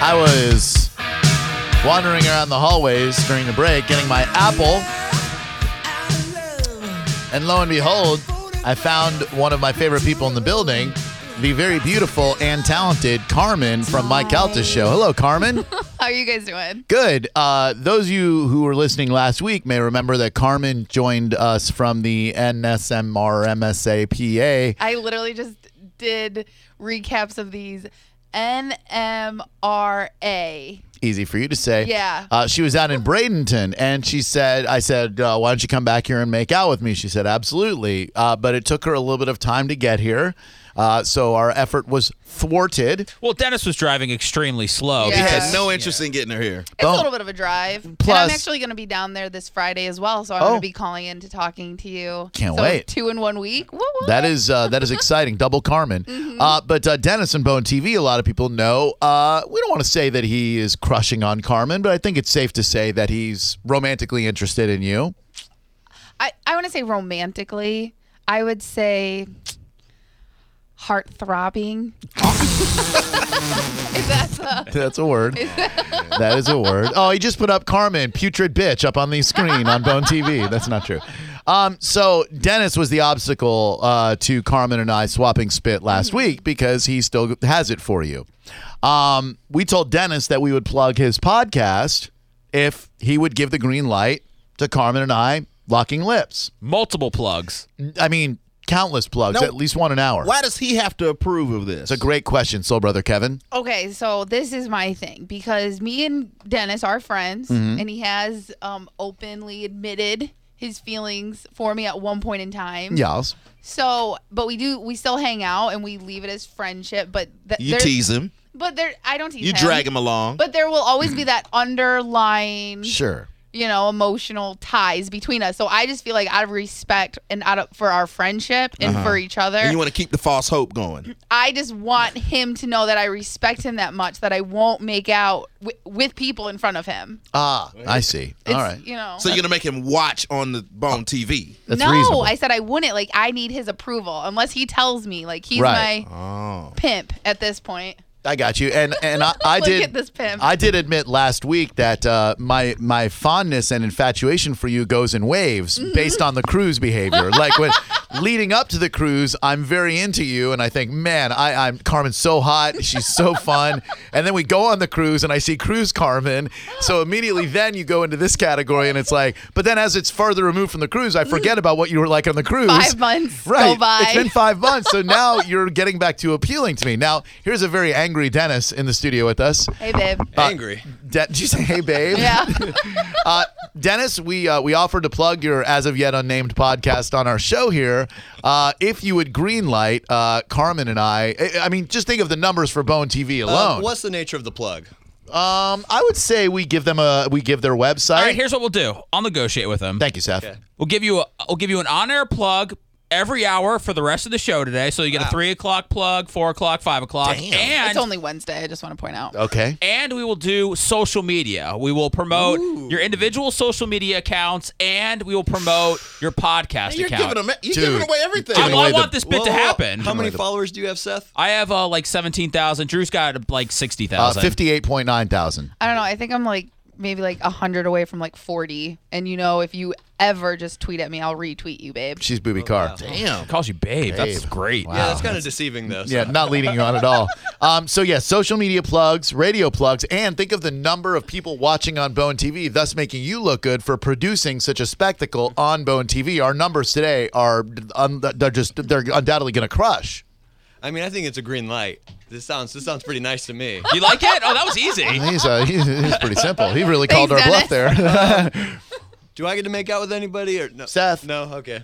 I was wandering around the hallways during the break getting my Apple, and lo and behold, I found one of my favorite people in the building, the very beautiful and talented Carmen from My Calta Show. Hello, Carmen. How are you guys doing? Good. Uh, those of you who were listening last week may remember that Carmen joined us from the NSMR MSAPA. I literally just did recaps of these NMRA. easy for you to say. Yeah. Uh, she was out in Bradenton, and she said, "I said, uh, why don't you come back here and make out with me?" She said, "Absolutely," uh, but it took her a little bit of time to get here, uh, so our effort was thwarted. Well, Dennis was driving extremely slow Yeah. because Had no interest in getting her here. It's Boom. a little bit of a drive. and Oh. Plus- I'm actually going to be down there this Friday as well, so I'm Oh. going to be calling in to talking to you. Can't So wait. Two in one week. Woo, woo. That is uh, that is exciting, double Carmen. Mm-hmm. Uh, but uh, Dennis and Bone TV, a lot of people know. Uh, we don't want to say that he is crushing on Carmen, but I think it's safe to say that he's romantically interested in you. I, I want to say romantically, I would say heart throbbing. if that's a, That's a word. that is a word. Oh, he just put up Carmen, putrid bitch, up on the screen on Bone TV. That's not true. Um, so Dennis was the obstacle uh, to Carmen and I swapping spit last week because he still has it for you. Um, we told Dennis that we would plug his podcast if he would give the green light to Carmen and I locking lips. multiple plugs. I mean, countless plugs, No. at least one an hour. Why does he have to approve of It's this? a great question, Soul Brother Kevin. Okay, so this is my thing because me and Dennis are friends, Mm-hmm. and he has um, openly admitted his feelings for me at one point in time. Yes. So, but we do we still hang out and we leave it as friendship. But th- you there- tease him. But there, I don't tease. You drag him along. But there will always be that underlying, Sure. you know, emotional ties between us. So I just feel like out of respect and out of for our friendship and for each other, Uh-huh. and you want to keep the false hope going. I just want him to know that I respect him that much that I won't make out wi with people in front of him. Ah, I see. It's, All right. You know. So you're gonna make him watch on the Bone TV. That's no, reasonable. I said I wouldn't. Like I need his approval unless he tells me. Like he's Right. my Oh, pimp at this point. I got you, and and I, I Look did. at this pimp. I did admit last week that uh, my my fondness and infatuation for you goes in waves Mm-hmm. based on the cruise behavior. like when leading up to the cruise, I'm very into you, and I think, man, I, I'm Carmen's so hot, she's so fun, and then we go on the cruise, and I see cruise Carmen, so immediately then you go into this category, and it's like, but then as it's further removed from the cruise, I forget about what you were like on the cruise. Mm-hmm. Five months go right? by. It's been five months. So now you're getting back to appealing to me. Now, here's a very angry Dennis in the studio with us. Uh, Hey babe. Angry. De- did you say, hey, babe? Yeah. Uh, Dennis, we uh, we offered to plug your as of yet unnamed podcast on our show here. Uh, if you would greenlight uh, Carmen and I, I- I mean, just think of the numbers for Bone TV Uh, alone. what's the nature of the plug? um, I would say we give them a we give their website. All right, here's what we'll do. I'll negotiate with him. Thank you, Seth. We'll give you a, we'll give you an on-air plug every hour for the rest of the show today. So you get a three o'clock plug, four o'clock, five o'clock, and it's only Wednesday. I just want to point out. Okay. and we will do social media. We will promote your individual social media accounts, and we will promote your podcast you're account. giving him. e, You're Dude. giving away everything. I, Giving away I want the- this bit Whoa, to whoa, whoa. happen. How many followers do you have, Seth? I have uh, like seventeen thousand. Drew's got like sixty Uh, thousand. Fifty-eight point nine thousand. I don't know. I think I'm like maybe like a hundred away from like forty. And you know, if you ever just tweet at me, I'll retweet you, babe. She's Oh, booby car. Damn. calls you babe. That's Babe. great. yeah, that's kind of deceiving, though. so- Yeah, not leading you on at all. Um, so yeah, social media plugs, radio plugs, and think of the number of people watching on Bone TV, thus making you look good for producing such a spectacle on Bone TV. Our numbers today are um, they're just they're undoubtedly going to crush. I mean, I think it's a green light. This sounds this sounds pretty nice to me. You like it? Oh, that was easy. He's uh, he's, he's pretty simple. He really called our Thanks, bluff there. Do I get to make out with anybody or no? Seth. No. Okay.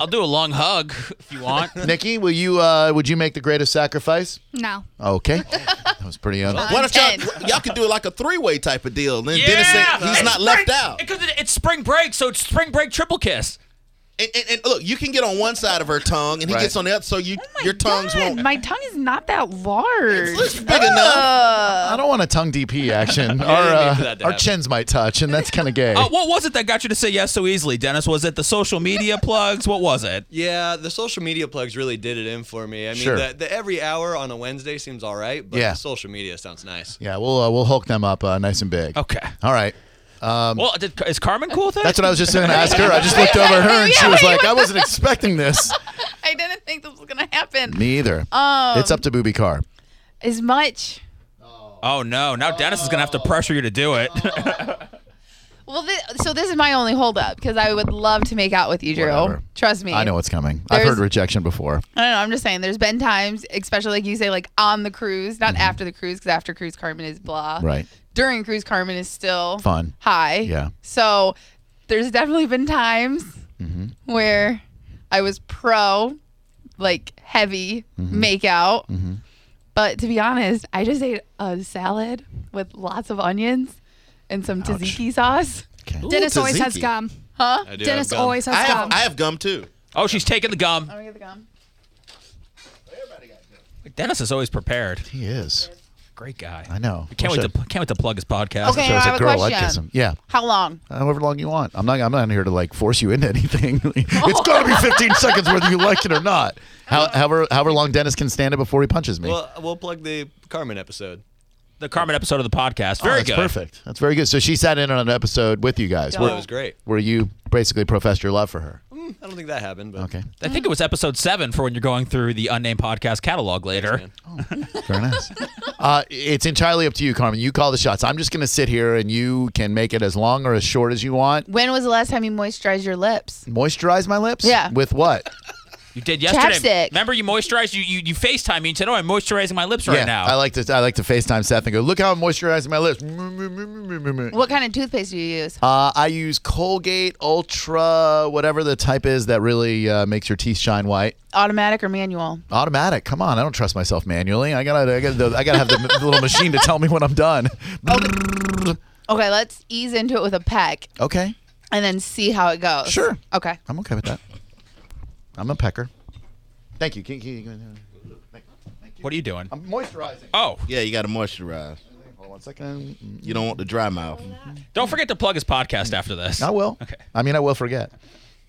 I'll do a long hug if you want. Nikki, will you uh, would you make the greatest sacrifice? No. Okay, that was pretty uh, un- What if y'all, Ten. y'all could do like a three way type of deal? And then Yeah, Dennis ain't, he's It's not spring- left out. Because it, it's spring break, so it's spring break triple kiss. And, and, and look, you can get on one side of her tongue, and he Right. gets on the other, so Oh you My your tongues God, won't. My tongue is not that large. it's big enough. I don't want a tongue DP action. I our didn't mean for uh, that to our happen. Oh, chins might touch, and that's kind of gay. Uh, what was it that got you to say yes so easily, Dennis? Was it the social media plugs? What was it? Yeah, the social media plugs really did it in for me. I mean, Sure. the, the every hour on a Wednesday seems all right, but Yeah. the social media sounds nice. Yeah, we'll uh, we'll hook them up uh, nice and big. Okay. All right. well, did, is Carmen cool with it? Um, That's what I was just going to ask her. I just looked over at her and she was like, I wasn't expecting this. I didn't think this was gonna happen. Me either. Um, it's up to Booby Carr. As much. oh no! Now Dennis is gonna have to pressure you to do it. Well, thi- so this is my only holdup because I would love to make out with you, Drew. Whatever. Trust me. I know what's coming. I've There's- heard rejection before. I don't know. I'm just saying. There's been times, especially like you say, like on the cruise, not after the cruise, because after cruise Carmen is blah. Mm-hmm. Right. During cruise Carmen is still Fun. high. Yeah. So there's definitely been times Mm-hmm. where I was pro, like heavy Mm-hmm. makeout. But to be honest, I just ate a salad with lots of onions and some tzatziki sauce. Okay. Dennis always has tzatziki. gum. Huh? I do have Dennis gum. Oh, always has I gum. have I have gum too. oh, she's taking the gum. I'm gonna get the gum. Dennis is always prepared. He is. Great guy. I know. Can't Wish wait to can't wait to plug his podcast. I, if Okay, I I Uh, have was a a girl, I'd question. kiss him. Yeah. How long? However long you want. I'm not I'm not here to like force you into anything. it's gotta be fifteen seconds whether you like it or not. How, however however long Dennis can stand it before he punches me. Well, we'll plug the Carmen episode. The Carmen episode of the podcast. Oh, Very that's good. perfect. That's very good. So she sat in on an episode with you guys. Oh, Where, it was great. where you basically professed your love for her. Mm. I don't think that happened, but Okay. I think it was episode seven for when you're going through the unnamed podcast catalog later. man. Very nice. uh, it's entirely up to you, Carmen. You call the shots. I'm just going to sit here and you can make it as long or as short as you want. When was the last time you moisturized your lips? Moisturize my lips? Yeah. With what? You did yesterday. Chapstick. Remember you moisturized you you, you FaceTime me and said, "Oh, I'm moisturizing my lips yeah. right now." I like to I like to FaceTime Seth and go, look how I'm moisturizing my lips. Uh, What kind of toothpaste do you use? I use Colgate Ultra, whatever the type is that really uh, makes your teeth shine white. Automatic or manual? Automatic. Come on, I don't trust myself manually. I gotta, I gotta, I gotta have the, the little machine to tell me when I'm done. Okay, let's ease into it with a peck Okay, and then see how it goes. Sure. Okay. I'm okay with that. I'm a pecker. Thank you. Can- can you- what are you doing? I'm moisturizing. Oh, Yeah, you got to moisturize. Hold on one second. Mm, You don't want the dry mouth. don't forget to plug his podcast after this. I will. Okay. I mean, I will forget.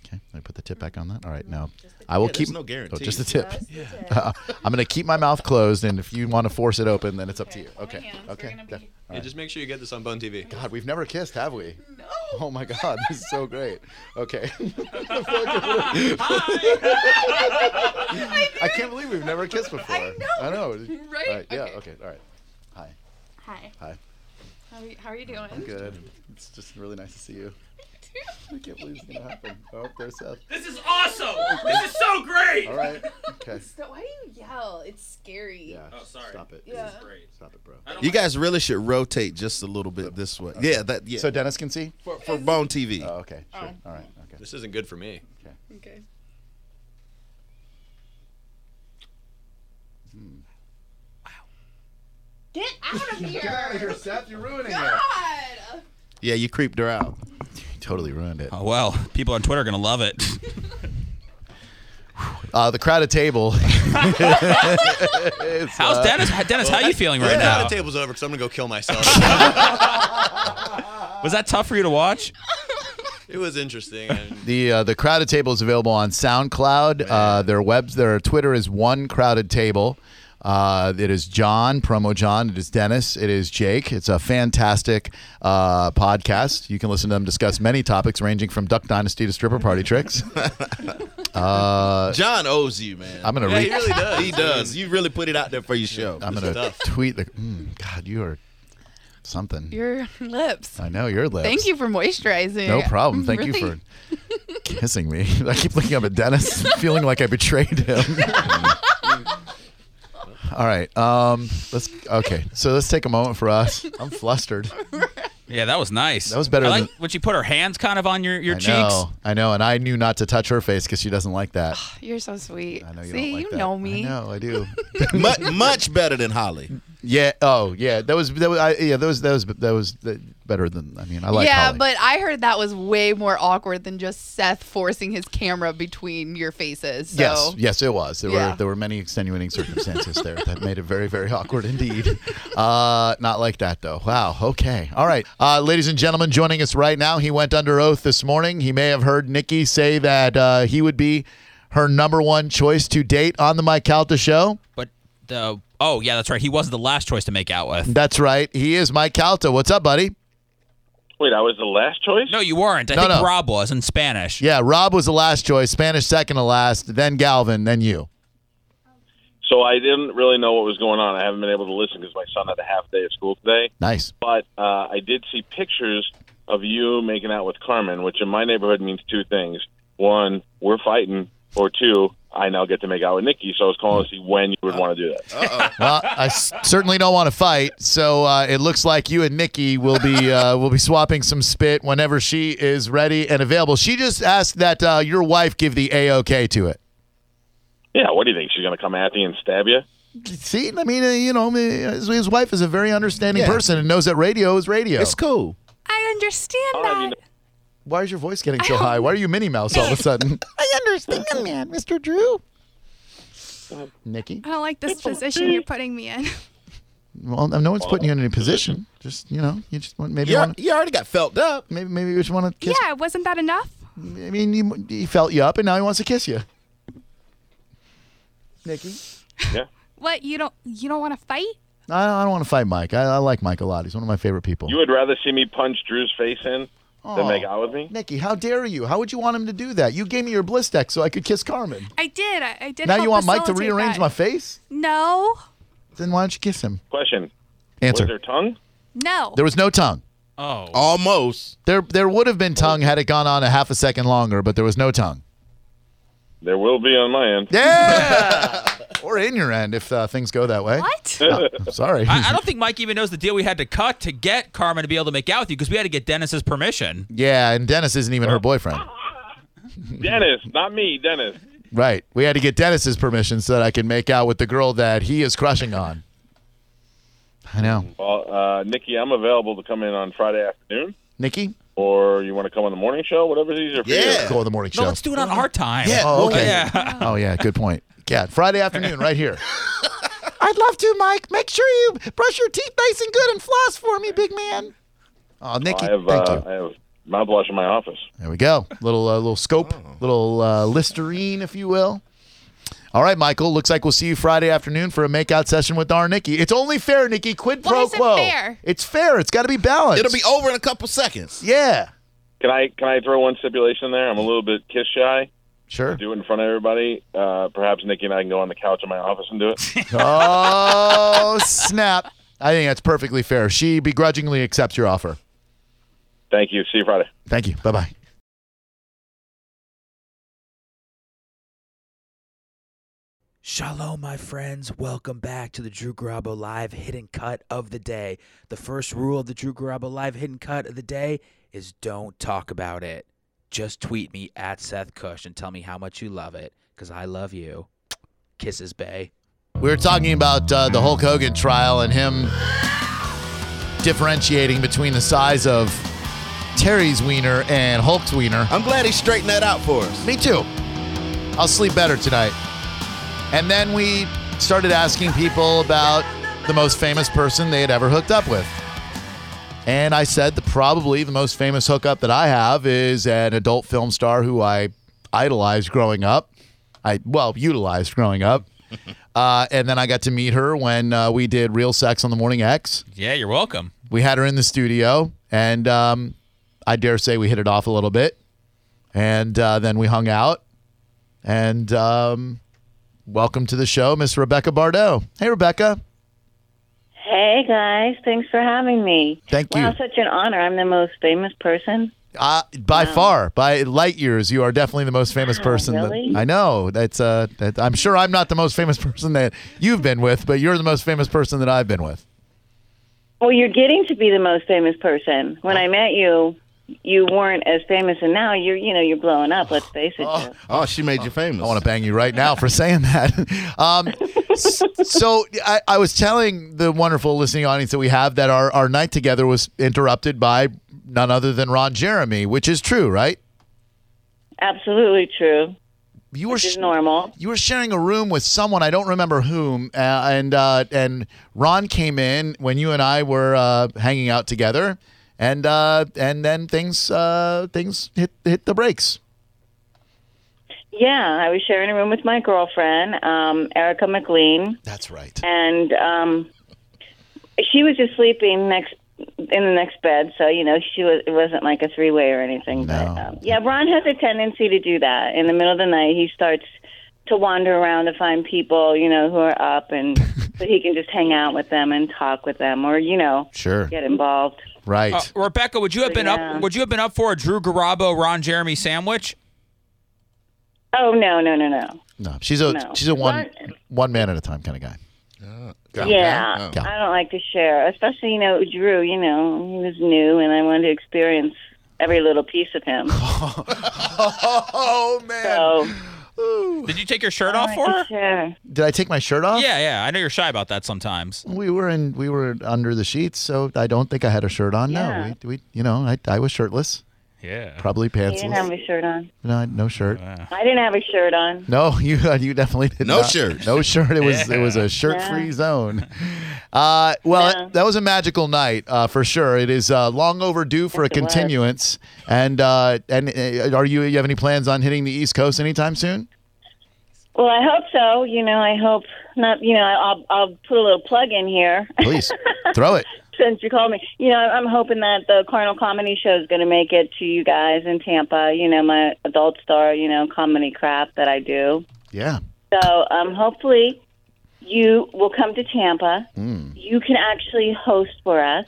Okay. Let me put the tip back on that. All right. No. I will keep. there's no Oh, guarantee. just the tip. I'm going to keep my mouth closed, and if you want to force it open, then it's up to you. Okay. Okay. Yeah, just make sure you get this on Bone TV. God, we've never kissed, have we? No. Oh my God, this is so great. Okay. I can't believe we've never kissed before. I know. I know. Right? All right. Yeah. Okay. Okay. All right. Hi. Hi. Hi. How are you, how are you doing? Good. It's just really nice to see you. I can't believe it's gonna happen. Oh, there's Seth. This is awesome. this is so great. All right. Okay. Why do you yell? It's scary. Yeah. Oh, sorry. Stop it. Stop it, bro. You guys really should rotate just a little bit this way. Yeah, that yeah. So Dennis can see. for, for Bone TV. Oh, okay. Sure. All right. Okay. This isn't good for me. Okay. Get out of Get here. out of here, Seth. You're ruining it. God. Yeah, you creeped her out. Totally ruined it. Oh well, people on Twitter are gonna love it. Uh, the crowded table. It's, How's uh, Dennis? Dennis, how you feeling right Now now? the table's over because I'm gonna go kill myself. Was that tough for you to watch? it was interesting. And The uh, the crowded table is available on SoundCloud. Uh, their webs, their Twitter is one crowded table. Uh, it is John promo John. It is Dennis. It is Jake. It's a fantastic uh, podcast. You can listen to them discuss many topics ranging from Duck Dynasty to stripper party tricks. John owes you, man. I'm gonna yeah, read. he really does. he does. You really put it out there for your show. I'm This gonna is tough. tweet the. Mm, God, you are something. Your lips. I know your lips. Thank you for moisturizing. Uh, No problem. Thank you for Really? kissing me. I keep looking up at Dennis, feeling like I betrayed him. All right. Um, let's okay. So let's take a moment for us. I'm flustered. Yeah, that was nice. That was better I like than- when she put her hands kind of on your your I cheeks. know. I know. And I knew not to touch her face because she doesn't like that. You're so sweet. I know you See, don't like you that. know me. I know. I do. much, much better than Holly. Yeah. Oh, yeah. That was that was I, yeah. That was that was that was uh, better than I mean. I like. yeah, Holly. but I heard that was way more awkward than just Seth forcing his camera between your faces. So Yes, yes, it was. There Yeah. were there were many extenuating circumstances there that made it very, very awkward indeed. Uh, not like that though. Wow. Okay. All right, uh, ladies and gentlemen, joining us right now, he went under oath this morning. He may have heard Nikki say that uh, he would be her number one choice to date on the Mike Calta show. But the oh yeah, that's right. He was the last choice to make out with. That's right. He is Mike Calta. What's up, buddy? Wait, I was the last choice? No, you weren't. I No, think no. Rob was in Spanish. Yeah, Rob was the last choice. Spanish second to last. Then Galvin. Then you. So I didn't really know what was going on. I haven't been able to listen because my son had a half day of school today. Nice. But uh, I did see pictures of you making out with Carmen, which in my neighborhood means two things. One, we're fighting, or two, I now get to make out with Nikki. So I was calling to see when you would want to do that. Well, I s- certainly don't want to fight, so uh, it looks like you and Nikki will be uh, will be swapping some spit whenever she is ready and available. She just asked that uh, your wife give the a okay to it. Yeah, what do you think? She's going to come at you and stab you? See, I mean, uh, you know, I mean, his, his wife is a very understanding person and knows that radio is radio. It's cool. I understand I'll have you that. know- Why is your voice getting so high? Why are you Minnie Mouse all of a sudden? I understand, man, Mr. Drew. Nikki, I don't like this position you're putting me in. well, no one's putting you in any position. Just you know, you just want maybe you You, want you already got felt up. maybe maybe you just want to kiss Yeah, wasn't that enough? I mean, you- he felt you up, and now he wants to kiss you. Nikki, Yeah. What you don't you don't want to fight? I don't, I don't want to fight Mike. I, I like Mike a lot. He's one of my favorite people. Oh, You would rather see me punch Drew's face in than make out with me? Nikki, how dare you? How would you want him to do that? You gave me your bliss deck so I could kiss Carmen. I did. I, I did. now you help want Mike to facilitate rearrange that. my face? No, Then why don't you kiss him? Question. Was Answer. there tongue? no. There was no tongue. Oh. Almost. There, there would have been tongue had it gone on a half a second longer, but there was no tongue. There will be on my end. Yeah. or in your end if uh, things go that way. what? I'm sorry. I, I don't think Mike even knows the deal we had to cut to get Carmen to be able to make out with you because we had to get Dennis's permission. yeah, and Dennis isn't even her boyfriend. Dennis, not me, Dennis. Right. We had to get Dennis's permission so that I could make out with the girl that he is crushing on. I know. Well, uh, Nikki, I'm available to come in on Friday afternoon, Nikki, or you want to come on the morning show, whatever's easier for Yeah. go on the morning No, show. let's do it on our time. Yeah. oh, okay. Yeah. Oh, yeah. Good point. Yeah. Friday afternoon, right here. I'd love to, Mike. Make sure you brush your teeth nice and good and floss for me, big man. Oh, you. Nikki, I have, thank uh, you. I have mouthwash in my office. There we go. Little uh, little scope, little uh, listerine, if you will. All right, Michael. Looks like we'll see you Friday afternoon for a makeout session with our Nikki. It's only fair, Nikki. Quid Why pro is it quo. fair? It's fair. It's got to be balanced. It'll be over in a couple seconds. Yeah. Can I can I throw one stipulation in there? I'm a little bit kiss shy. Sure. Do it in front of everybody. Uh, perhaps Nikki and I can go on the couch in my office and do it. Oh snap! I think that's perfectly fair. She begrudgingly accepts your offer. Thank you. See you Friday. Thank you. Bye bye. Shalom, my friends. Welcome back to the Drew Garabo Live Hidden Cut of the Day. The first rule of the Drew Garabo Live Hidden Cut of the Day is don't talk about it. Just tweet me at Seth Cush and tell me how much you love it, because I love you. Kisses, Bay. We were talking about uh, the Hulk Hogan trial and him differentiating between the size of Terry's wiener and Hulk's wiener. I'm glad he straightened that out for us. Me too. I'll sleep better tonight. And then we started asking people about the most famous person they had ever hooked up with. And I said that probably the most famous hookup that I have is an adult film star who I idolized growing up. I, well, utilized growing up. Uh, and then I got to meet her when uh, we did Real Sex on the Morning X. Yeah, you're welcome. We had her in the studio, and um, I dare say we hit it off a little bit. And uh, then we hung out. And um, welcome to the show, Miss Rebecca Bardot. Hey, Rebecca. Hey guys, thanks for having me. Thank Wow, you. such an honor. I'm the most famous person. Uh, by far, by light years, you are definitely the most famous person. that- really? I know. That's. Uh, that, I'm sure I'm not the most famous person that you've been with, but you're the most famous person that I've been with. Well, you're getting to be the most famous person. When I met you, you weren't as famous, and now you're you know you're blowing up. Let's face it. Jeff. Oh, she made you famous. I want to bang you right now for saying that. Um, s- so I, I was telling the wonderful listening audience that we have that our, our night together was interrupted by none other than Ron Jeremy, which is true, right? Absolutely true. You were Which is sh- normal. you were sharing a room with someone I don't remember whom, uh, and uh, and Ron came in when you and I were uh, hanging out together, and uh, and then things uh, things hit hit the brakes. Yeah, I was sharing a room with my girlfriend, um, Erica McLean, That's right. and um, she was just sleeping next in the next bed, so you know she was. It wasn't like a three way or anything. But um, yeah, Ron has a tendency to do that. In the middle of the night, he starts to wander around to find people you know who are up, and so he can just hang out with them and talk with them, or you know, Sure. get involved. Right. Uh, Rebecca, would you have been Yeah. up? Would you have been up for a Drew Garabo, Ron Jeremy sandwich? Oh no, no, no, no. no, she's a no. she's a one Ron- one man at a time kind of guy. Yeah, Yeah. I don't like to share, especially you know Drew. You know he was new, and I wanted to experience every little piece of him. Oh man. So Did you take your shirt I off like for her? to share. Did I take my shirt off? Yeah, yeah. I know you're shy about that sometimes. We were in we were under the sheets, so I don't think I had a shirt on. Yeah. No, we, we you know I, I was shirtless, Yeah. probably He didn't have pantsless. a shirt on. No, I had no shirt. I didn't have a shirt on. No, you you definitely did No not. shirt. No shirt. It was it was a shirt free zone. Uh, well, Yeah. that was a magical night uh, for sure. It is uh, long overdue for a Yes, it was. continuance. And uh, and uh, are you you have any plans on hitting the East Coast anytime soon? Well, I hope so. You know, I hope not. You know, I'll I'll put a little plug in here Please throw it. since you called me. You know, I'm hoping that the Carnal Comedy Show is going to make it to you guys in Tampa. You know, my adult star, you know, comedy crap that I do. Yeah. So um, hopefully you will come to Tampa. You can actually host for us,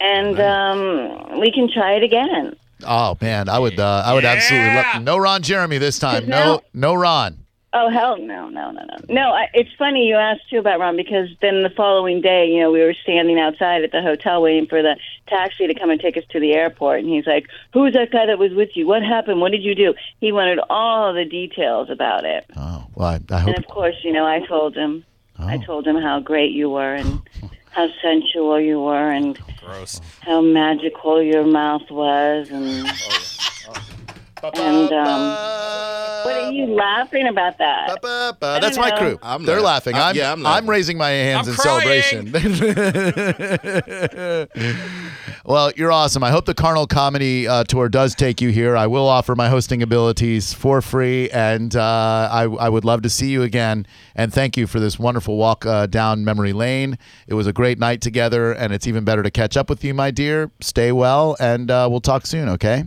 and um, we can try it again. Oh man, I would uh, I would absolutely love no Ron Jeremy this time. No no Ron. Oh hell no no no no no! I, it's funny you asked too about Ron because then the following day, you know, we were standing outside at the hotel waiting for the taxi to come and take us to the airport, and he's like, "Who was that guy that was with you? What happened? What did you do?" He wanted all the details about it, Oh well, I, I hope and of course, you know, I told him, I told him how great you were and how sensual you were and Gross. how magical your mouth was, and and um, Uh, what are you laughing about that? Ba, ba, Uh, That's my know. crew. I'm They're laugh- laughing. I'm- I'm, yeah, I'm I'm, laughing. raising my hands I'm in crying. celebration. well, you're awesome. I hope the Carnal Comedy uh, Tour does take you here. I will offer my hosting abilities for free, and uh, I, I would love to see you again. And thank you for this wonderful walk uh, down memory lane. It was a great night together, and it's even better to catch up with you, my dear. Stay well, and uh, we'll talk soon, okay?